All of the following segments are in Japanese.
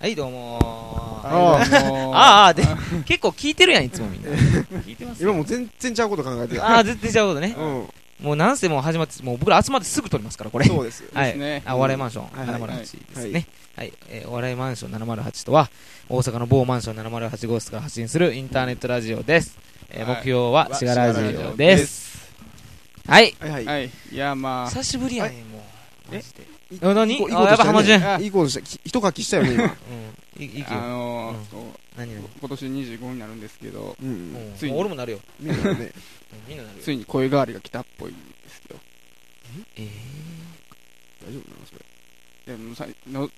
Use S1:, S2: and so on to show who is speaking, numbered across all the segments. S1: はい、どうもー。
S2: あ
S1: あ
S2: ー
S1: ーあー、で、結構聞いてるやん、いつもみんな。
S3: 聞いてます
S2: 今もう全然ちゃうこと考えてた。
S1: ああ、絶対ちゃうことね。
S2: うん。
S1: もうなんせもう始まって、もう僕ら集まってすぐ撮りますから、これ。
S2: そうです。
S1: は
S3: ですね
S1: い。あ、お笑いマンション
S2: はいはい
S1: 708ですね。はい。えーお笑いマンション708とは、大阪の某マンション708号室から発信するインターネットラジオです。えー
S3: はい
S1: 目標は、
S3: わ
S1: シガラジ
S2: シガラジ
S1: オ
S2: オ
S1: で。
S2: です
S1: はい。
S2: はいは
S3: はい。いや、ま
S1: 久しぶりやね、もう。
S2: え
S1: マジで
S2: い。い
S1: あ何
S2: いいい
S1: あやっぱ
S2: ことした
S3: 浜
S2: ね。
S3: 順
S2: いいことした。き一かきしたよね、 今。
S1: うん。いいいい
S3: あ、
S1: け
S3: あ
S1: ど。う
S3: の
S1: ん
S3: ーこ
S1: 何
S3: う
S1: 々
S3: 今年25になるんですけど、
S2: うんうん。
S1: うん
S3: ついに
S1: もう俺もなるよ。
S2: みん
S1: う
S2: なね。
S1: んみんななるよ
S3: つ。いに声変わりが来たっぽいんですけど。
S1: えー
S2: 大丈夫なのそれ。
S3: でもさの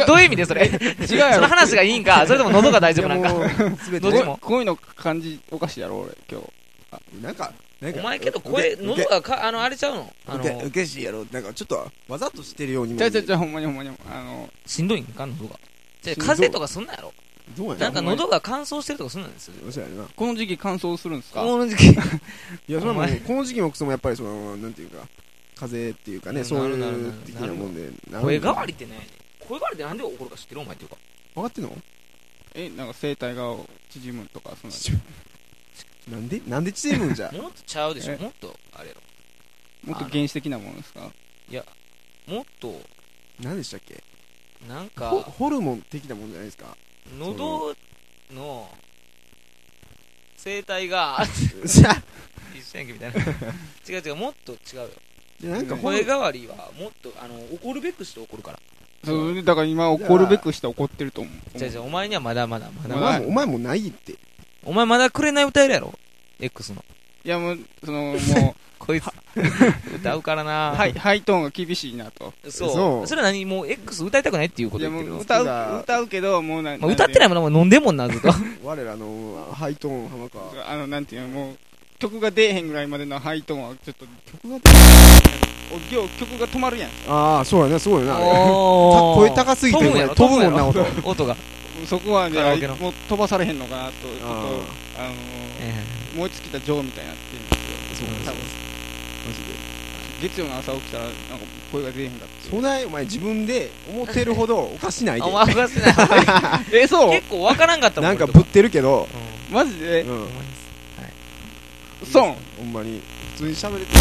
S1: どどういう意味でそれ
S3: 違うやろ
S1: その話がいいんかそれとも喉が大丈夫なんか
S2: いやもう、すべ
S1: どっちも
S3: 声声の感じおかしいやろ、俺、今日。
S2: なんか、なんか。
S1: お前けど声
S2: 受け
S1: 喉がかあのあれちゃうのあ
S2: 受け受
S1: の
S2: けしやろ。なんかちょっと、わざとしてるようにも
S3: ちゃうちゃうちゃう、ほんまにほんまに。あの、
S1: しんどいんか喉がじゃあ
S2: しんどい
S1: 風邪とかそんなんやろ
S2: どうや
S1: なんか
S3: ほんまに
S1: 喉が乾燥してるとかそんなんですよ
S2: そうやな。
S3: この時期乾燥するんですか
S1: この時期
S2: いや、それはも
S1: お前
S2: う、この時期もクソもやっぱりその、なんていうか、風邪っていうか
S1: う
S2: ね、
S1: ん
S2: そうい
S1: なるなるなる
S2: う的なもんで。なる
S1: 声変わりってね声変わりってなんで起こるか知ってるお前っていうか。
S2: 分かってんの
S3: え、なんか声帯が縮むとか、そんな。
S2: なんで、なんでチームんじゃ
S1: もっとちゃうでしょ
S3: え
S1: もっとあれやろ
S3: もっと原始的なものですか
S1: もっと
S2: 何でしたっけ
S1: なん
S2: ホ
S1: か
S2: ホルモン的なもんじゃないで すか。
S1: 喉の声帯 が
S2: じゃあ
S1: 一緒やんけみたいな違う違うもっと違うよ
S2: でなんかホル
S1: 声変わりはもっとあの怒るべくして怒るから
S3: そうだから今怒るべくして怒ってると思う。
S1: じゃじゃお前にはまだまだま
S2: お
S1: だ
S3: ま
S1: まだ
S2: 前もお前もないって。
S1: お前まだくれない歌えるやろ X の
S3: いや、もう、その、も
S1: こいつ歌うから
S3: う、
S1: な
S3: ハイ、ハイトーンが厳しいなと。
S1: そう
S2: そ
S1: そうれは何もう X 歌いたくないっていうこ
S3: い
S1: と
S3: や、
S1: 言っ
S3: も
S1: てる
S3: う
S1: わ
S3: 歌
S2: 好き
S3: う、
S2: だ
S3: 歌うけど、もうな、
S1: まあ、歌ってないいもんな飲んでんもんなずっ と
S2: 我らの、ハイトーン浜川。
S3: あの、なんていうの、もう、曲が出えへんぐらいまでのハイトーンは、ちょっと、
S2: 曲が
S3: お今日曲が止まるやん。
S2: ああ、そうやな、すごいな。あれ
S1: お
S2: 声高すぎて
S1: 飛ぶんやろ
S2: 飛ぶもんな
S1: 飛ぶんやろ 音が、
S3: そこはね
S1: カラオケの、
S3: もう飛ばされへんのかなと、ちょっと、あのー、
S1: え
S3: 燃え尽きた女王みたいになってるんですよ。
S1: そう
S3: 多分
S2: マジで。
S3: 月曜の朝起きたら、なんか声が出えへんかっていう。
S2: そない、お前自分で思ってるほどおかしない
S1: え
S2: で
S1: お。前おかしいな
S3: え、そう
S1: 結構わからんかったもん
S2: なんか
S1: 俺と
S2: ぶってるけど、
S3: マジ
S2: う
S3: で
S2: ん。
S3: そう
S2: ほんまに。普通に喋れてる。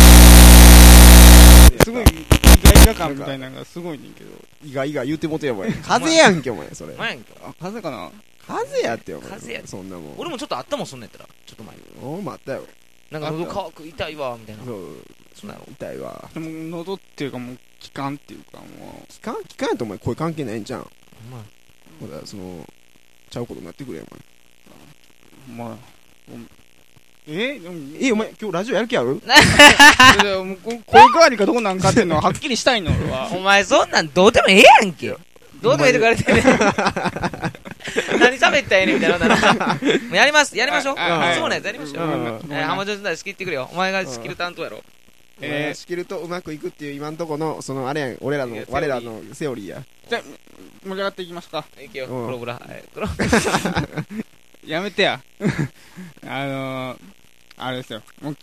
S3: すごい、イガイガ感みたいなのがすごいねんけど。
S2: 意外意外言うてもてよ、お前。 風邪やんけ、お前、それ
S1: うん。前やんけ
S3: あ、風邪かな
S2: 風邪やって、お前。
S1: 風邪や
S2: そんなもん。
S1: 俺もちょっとあったもんそんなんやったらちょっと前
S2: おう、待ったよ。
S1: なんか喉乾く痛いわみたいな
S2: そう、
S1: そんなんやろ
S2: 痛いわ。
S3: でも、喉っていうかもう、気管っていうかも
S2: 期間期間やとお前声関係ないんじゃん。
S1: お前
S2: ほら、その、ちゃうことになってくれよ、お
S3: う、まあ、おえでも、
S2: 前。え、お前、今日ラジオやる気ある
S3: いやもうこ声変わりかどうなんかっていうのははっきりしたいの、俺は。
S1: お前そんなんどうでもええやんけ。どうでもええとか言われてね。何喋ったらええねんみたいなのなら。もうやります、やりましょう。い
S3: はいはい
S1: つものやつやりましょう。
S2: うん
S1: えー浜城時代仕切ってくれよ。お前が仕切る担当やろ。
S3: えー
S2: え仕切るとうまくいくっていう今んとこの、その、あれやん、俺らの
S1: いや、
S2: 我らのセオリーや。
S3: 盛り上がっていきますか。
S1: いけよ、
S2: うん
S1: 黒ブラ。はい黒
S3: やめてや。 あのー、あれですよ。もう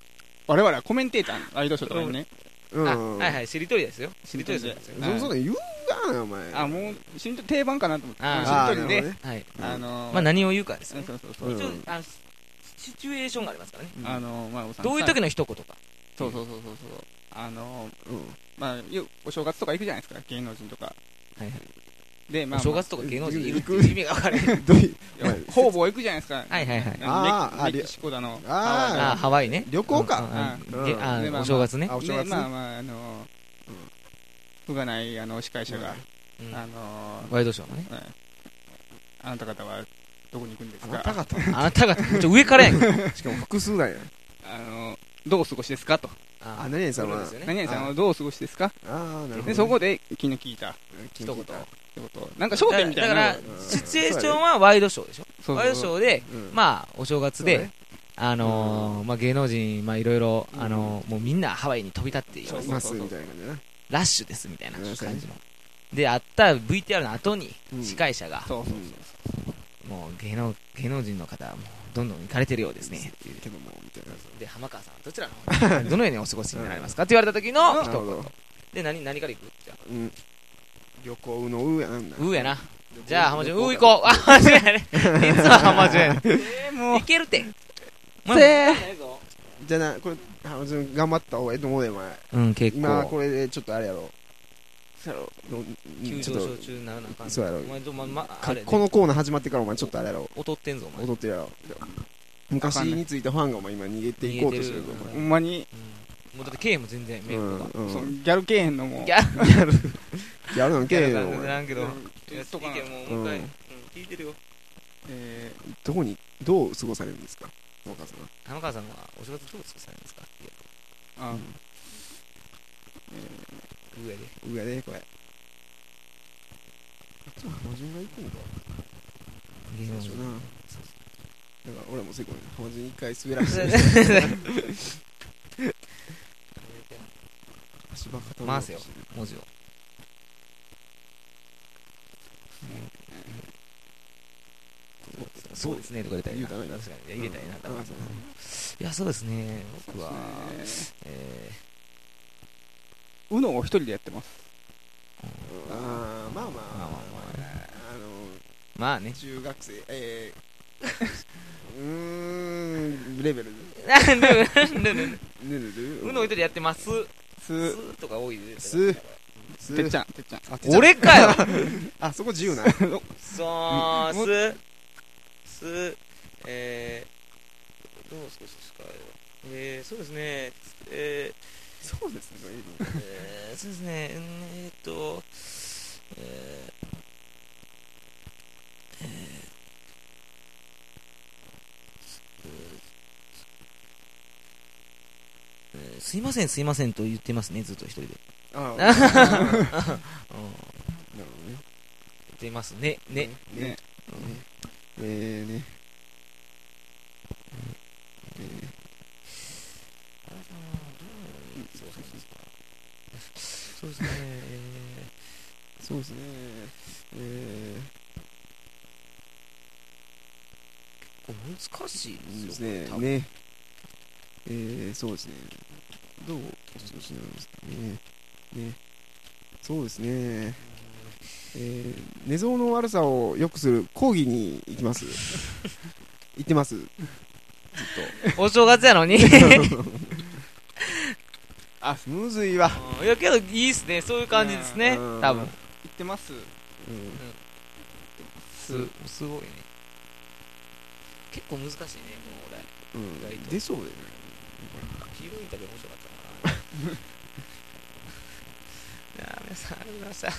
S3: 我々はコメンテーターのワイドショーとかにね。
S2: う
S1: あ
S2: ん。
S1: はいはい、しりとりですよ。しりとりですよ。
S2: そそんなん言うがな、お前。
S3: あ、もう、しんと定番かなと思って。
S1: あー
S2: あ
S3: し
S2: ー、
S3: んとり
S2: な
S3: で、
S2: る
S1: はい。
S2: ほどね
S3: あのー、
S1: まあ何を言うかです
S3: そ
S1: ね
S3: う。そうそうう。
S2: ん
S1: 一応あのシシチュエーションがありますからね。
S2: うん
S3: あのー、まあ、おさん
S1: どういう時の一言か。
S3: そうそうそうそうそう。あのー、
S2: うん
S3: まあ、よお正月とか行くじゃないですか、芸能人とか。
S1: はいはい
S3: で、ま
S1: お
S3: あ、
S1: 正月とか芸能人いるっていう意味が分かる。
S2: どういう
S3: まあ
S2: はい
S3: 方々行くじゃないですか。
S1: はいはいはい。
S3: あ
S2: あーあ
S3: メキメキシコだの。
S2: あー
S1: あー、ハワイね。
S2: 旅行か。
S1: うんうんうん
S2: うん
S1: げあ
S3: でま
S1: ー
S3: あまあ
S1: お正月ね
S2: あ、。お正
S3: で、
S2: 月
S3: まあ
S2: ね。
S3: まあ、あのー
S2: うん、
S3: ふがない、あの、司会者が、
S1: うん
S3: あのー
S1: ワイドショーのね。
S3: あなた方はどこに行くんです
S2: あ
S3: か
S2: なた方。
S1: あなたが、ちょ上からやんけ。
S2: しかも複数なんや。
S3: あの、どうお過ごしですかと。
S1: あ
S2: あ、何々さ
S1: そ
S2: ん
S1: う
S2: は。
S1: ですよね。
S3: 何々さんはどうお過ごしですか
S2: あー、なるほどね。
S3: で、そこで気の利いたって
S2: 一
S1: 一言
S3: こと。なんか焦点みたいな。
S1: だから
S3: そう、
S1: シチュエーションはワイドショーでしょ
S3: そう
S1: ワイドショーで、
S2: うん
S1: まあ、お正月
S2: そう
S1: で
S2: ね、
S1: あのー、まあ芸能人、まあいろいろ、あのー、もうみんなハワイに飛び立ってい
S3: そう
S2: いますみたいな感じだな。
S1: ラッシュですみたいな
S2: うん
S1: 感じの。で、あった VTR の後に
S2: う、ん
S1: 司会者が、
S3: そうそう
S1: もう芸能、芸能人の方、もうどんどん行かれてるようですね。
S2: けども、みたいな。
S1: で、浜川さん、どちらの、 どのようにお過ごしになられますかって言われた時の、
S2: な
S1: 一
S2: るほ
S1: 言
S2: ど。
S1: で、何、何から行くじゃあ
S2: うん。旅行のうやなんだ。
S1: うーやな。じゃあ、浜順、うー行こう。あ、浜順やね。いつは浜 順やね。
S3: えー、もう
S1: い。けるって。まあ
S2: せー
S3: ないぞ
S2: じゃあな、これ、浜順頑張った方がいいと思うで、お前。
S1: うん、結
S2: 今、こ
S1: 構。
S2: れでちょっとあれやろ。
S3: そうやろ
S2: ど
S1: 急
S2: ち
S1: 上
S2: ょっ
S1: 昇中にならなあかん。
S2: そうやろ
S1: お前、どま、ま、あ
S2: と
S1: れ、、
S2: このコーナー始まってからお前ちょっとあれやろ。
S1: 劣ってんぞ、お前。
S2: 踊ってるやろ。昔についてファンがお前今逃げていこうとしてるぞ、
S1: 逃
S3: ほんまに、
S1: もうだって、K も全然、
S2: お
S1: メイ
S2: 前。う
S1: ク
S2: ん
S1: が。
S2: うん。
S3: そ
S2: そうう
S3: ギャルけえへんのも
S1: ギャ
S2: やる。やるなんけえよ、お
S1: 知ら
S2: 前。
S1: んけど。いや、
S3: やっとかな
S1: 意見もうもう一回、う
S2: う
S1: んん、聞いてるよ。
S3: え
S2: どこに、どう過ごされるんですかお母さんは。
S1: 玉川さんはお仕事どうですかされるんですかいや
S3: ー、あ
S1: 上で。
S2: 上で、これ。あっちも浜順が行くんか。
S1: 芸
S2: そう
S1: 能
S2: でしょ
S1: 人
S2: うな。だから俺もせこい。浜順一回滑 らして、足場固めようとしてる
S1: 回せよ文字を。そうですねとか出たいな。
S2: 言うたな
S1: 確かに。いや入れたいな。
S2: うん
S1: いや、そうですね。僕は、え
S3: うのを一人でやってます。
S2: あーまあまあ
S1: ーまあまあまあ。
S2: あの
S1: まあね。
S2: 中学生えー、うーんレベル
S1: なんで、なんで、
S2: ぬるる
S1: うの一人でやってます。
S3: す、
S1: すとか多いです
S2: す
S3: てっちゃん、てっちゃん。
S2: あてっちゃん
S1: 俺かよ。
S2: あそこ自由な
S1: そう、す、す、えー、どう少しですかえー、そうですね、えー、
S2: そうですね
S1: えーそうですね、うんえーっと、えー、えーえーすいません、すいませんと言ってますね、ずっと一人で。
S2: あ
S1: うん言
S2: あなる
S1: ってますね、
S2: ほどね
S1: ね。
S2: ねねえーね
S1: そうですね、えー、
S2: そうですねえ
S1: 難しい
S2: ーいい
S1: で
S2: ですす
S1: よ
S2: ね
S1: これ
S2: ねえーそうですねどうお過ごしなんですかねねそうですねえー、寝相の悪さを良くする講義に行 きます行ってますずっ
S1: 多 分お正月や のにい
S3: あ、むずいわ。
S1: やけどいいっすねそういう感じですね
S2: うん
S1: 多分
S3: 言ってます。
S2: と、うん
S1: すすごいね結構難しいねこの俺意
S2: うん
S1: 外、と
S2: 出そうでね
S1: ヒーローインタビュー面白かったないや ー皆さんありがとうございました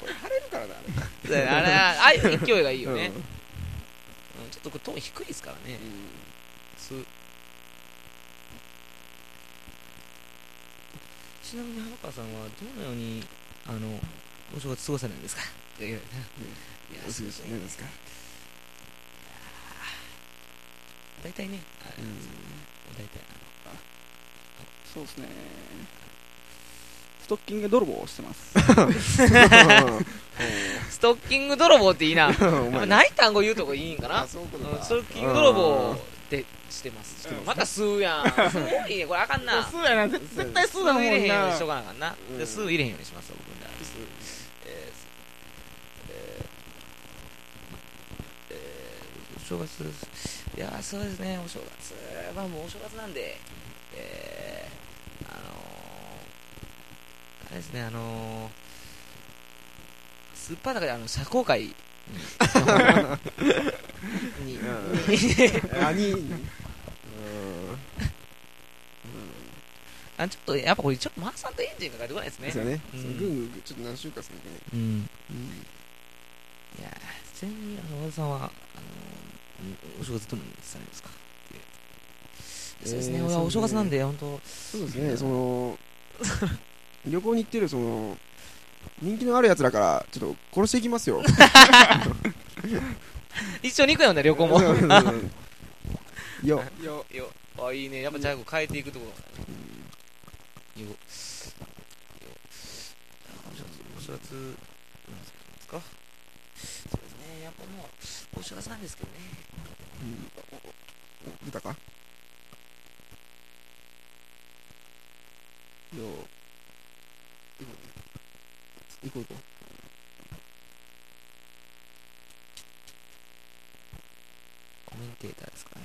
S2: これ晴れるからだ
S1: そうやねあれああいう勢いがいいよね
S2: うん、
S1: うんちょっとこれトーン低いですからねすちなみに浜川さんはどのようにあのお正月過ごされるんですかいやいやいや
S2: お過ごしになりますか
S1: 大体ねあれ
S2: うん
S1: 大体
S3: そうですね。ストッキング泥棒をし てます。
S1: ストッキング泥棒っていいなやっ
S2: お
S1: ぱ
S2: 前
S1: ない単語言うとこいいんかな
S2: あそういうこ
S1: う
S2: と
S1: ん
S2: か
S1: ス トッキング泥棒
S2: うん
S1: ってしてます
S3: うん
S1: また吸うやん すごいねこれあかんな
S3: そうやな、絶対
S1: 吸
S3: そううだも
S1: 入れへん
S3: ん
S1: ように
S3: な
S1: しと。かなあかんな
S2: うん
S1: で吸う入れへんようにします僕なえーえーえーお正月ですいやーそうですねお正月まあもうお正月なんでえー、あのー、あれですねあのー、スーパーの中であの社交界に に
S2: うん兄うん
S1: あちょっとやっぱこれちょっと回さんとエンジンかかってこないですね
S2: ですよね
S1: う
S2: ぐ
S1: ん
S2: んぐんちょっと何週かするね
S1: うん
S2: うん
S1: いやーちなみにあの和田さんはあのーんお正月どのようにされるんですか
S2: えー
S1: そうですね、
S2: そう
S1: 俺
S2: ね
S1: はお正月なんで、本当、
S2: そうですねその旅行に行ってるその人気のあるやつらからちょっと殺していきますよ
S1: 一緒に行 くよね、旅行も。
S2: いや
S1: よ、よ、あ、いいね、やっぱ最後変えていくところ。よ、よ、お正月、お正月、なんですかそうですね、やっぱもう、お正月なんですけどね。
S2: 出たかよう行こう行こう
S1: コメンテーターですかね。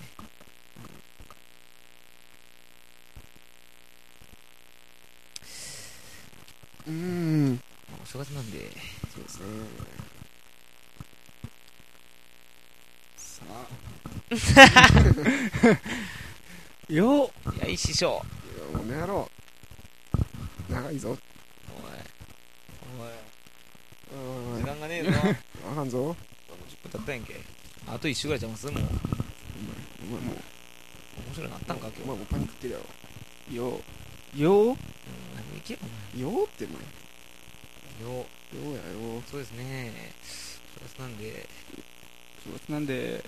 S2: うーん
S1: まあお正月なんで、
S2: そうですねさあ
S3: よ
S1: いや、いい師匠。
S2: いやもうねやろう長いぞ
S1: おい。
S2: うん
S1: おい、時
S2: わ
S1: 間が ねえぞ。もう
S2: かんぞ
S1: 10分経ったやんけ。あと1週ぐらい邪魔するもん。面
S2: お前もう
S1: 白いのあったんか、
S2: お
S1: 今日。
S2: 前もうパニックってるや
S3: よよ
S1: うん、早く行けよ、
S2: ろよーって
S1: お前。よ、
S2: お前ようやよ
S1: そうですね。お正月なんで、
S3: なんで、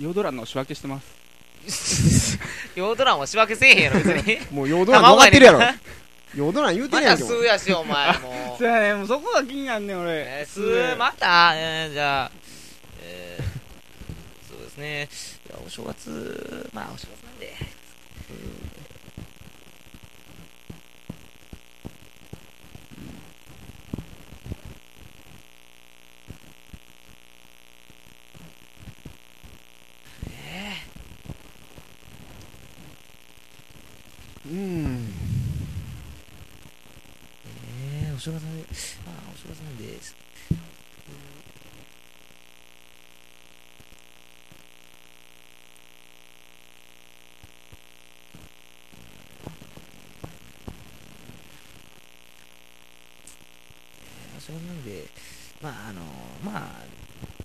S3: ヨドラの仕分けしてます。
S1: ヨードランは仕分けせえへんやろ、別 に。
S2: もうヨードランどうなってるやろ ヨードラン言うて
S1: ま
S2: るや
S1: た
S2: んけお
S1: 吸
S2: 前
S1: うやし、お前、もう
S3: そ。うやね、もうそこが気になんねん、俺。
S1: えー、すー、 また、えー、じゃあ、えー、そうですね、いや、お正月、まあ、お正月なんで、
S2: うん
S1: えー、お正月なんで、まあ、お正月なんです。えーお正月なんで、まあ、あの、まあ、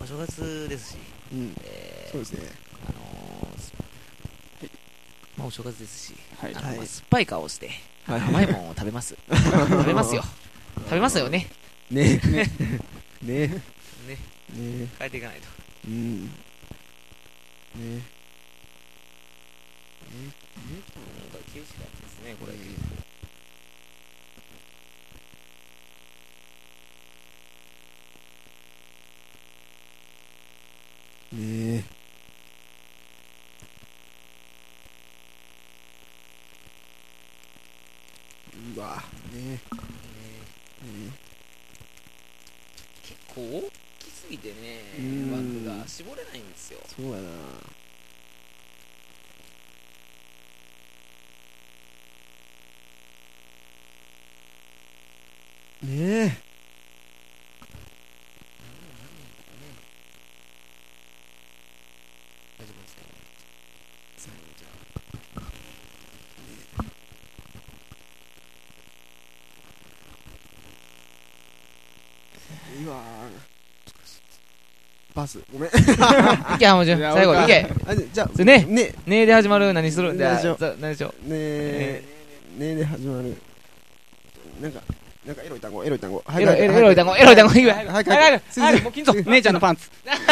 S1: お正月ですし、
S2: うん
S1: え
S2: そ
S1: ー
S2: う、ですね
S1: あのーすまあお正月ですし、
S3: はい
S1: あ。の
S2: はい
S1: まあ酸っぱい顔をして、
S2: はい
S1: 甘いもんを食べ ます。食べますよ。食べますよね。
S2: ねね
S1: ね、
S2: ねね
S1: 変えていかないと。
S2: うんねね
S1: 今回厳しかったですね、これ。
S2: ねえうわねえね
S1: 結構大きすぎてね
S2: うん、
S1: 枠が絞れないんですよ。
S2: えそうやなねえ
S1: 大丈夫ですか
S2: 最後じゃあねえいいわバスごめん
S1: いけ、浜ちゃん、
S3: いや
S1: 最後、
S3: 俺
S1: いけ。
S2: あじゃあ
S1: でね
S2: ね
S1: ねえで始まる、何する、じゃ
S2: 何しよ
S1: あ
S2: う
S1: ざ何でしょう。
S2: ねえねえで始まるなんかなんかエロい単語エロい単語
S1: エロ、エロ、エロい団子、エロい団子、いくわ早く、
S2: 早く
S1: 早く、
S2: 早く
S1: 早く、もう緊張。
S3: 姉ちゃんのパンツ。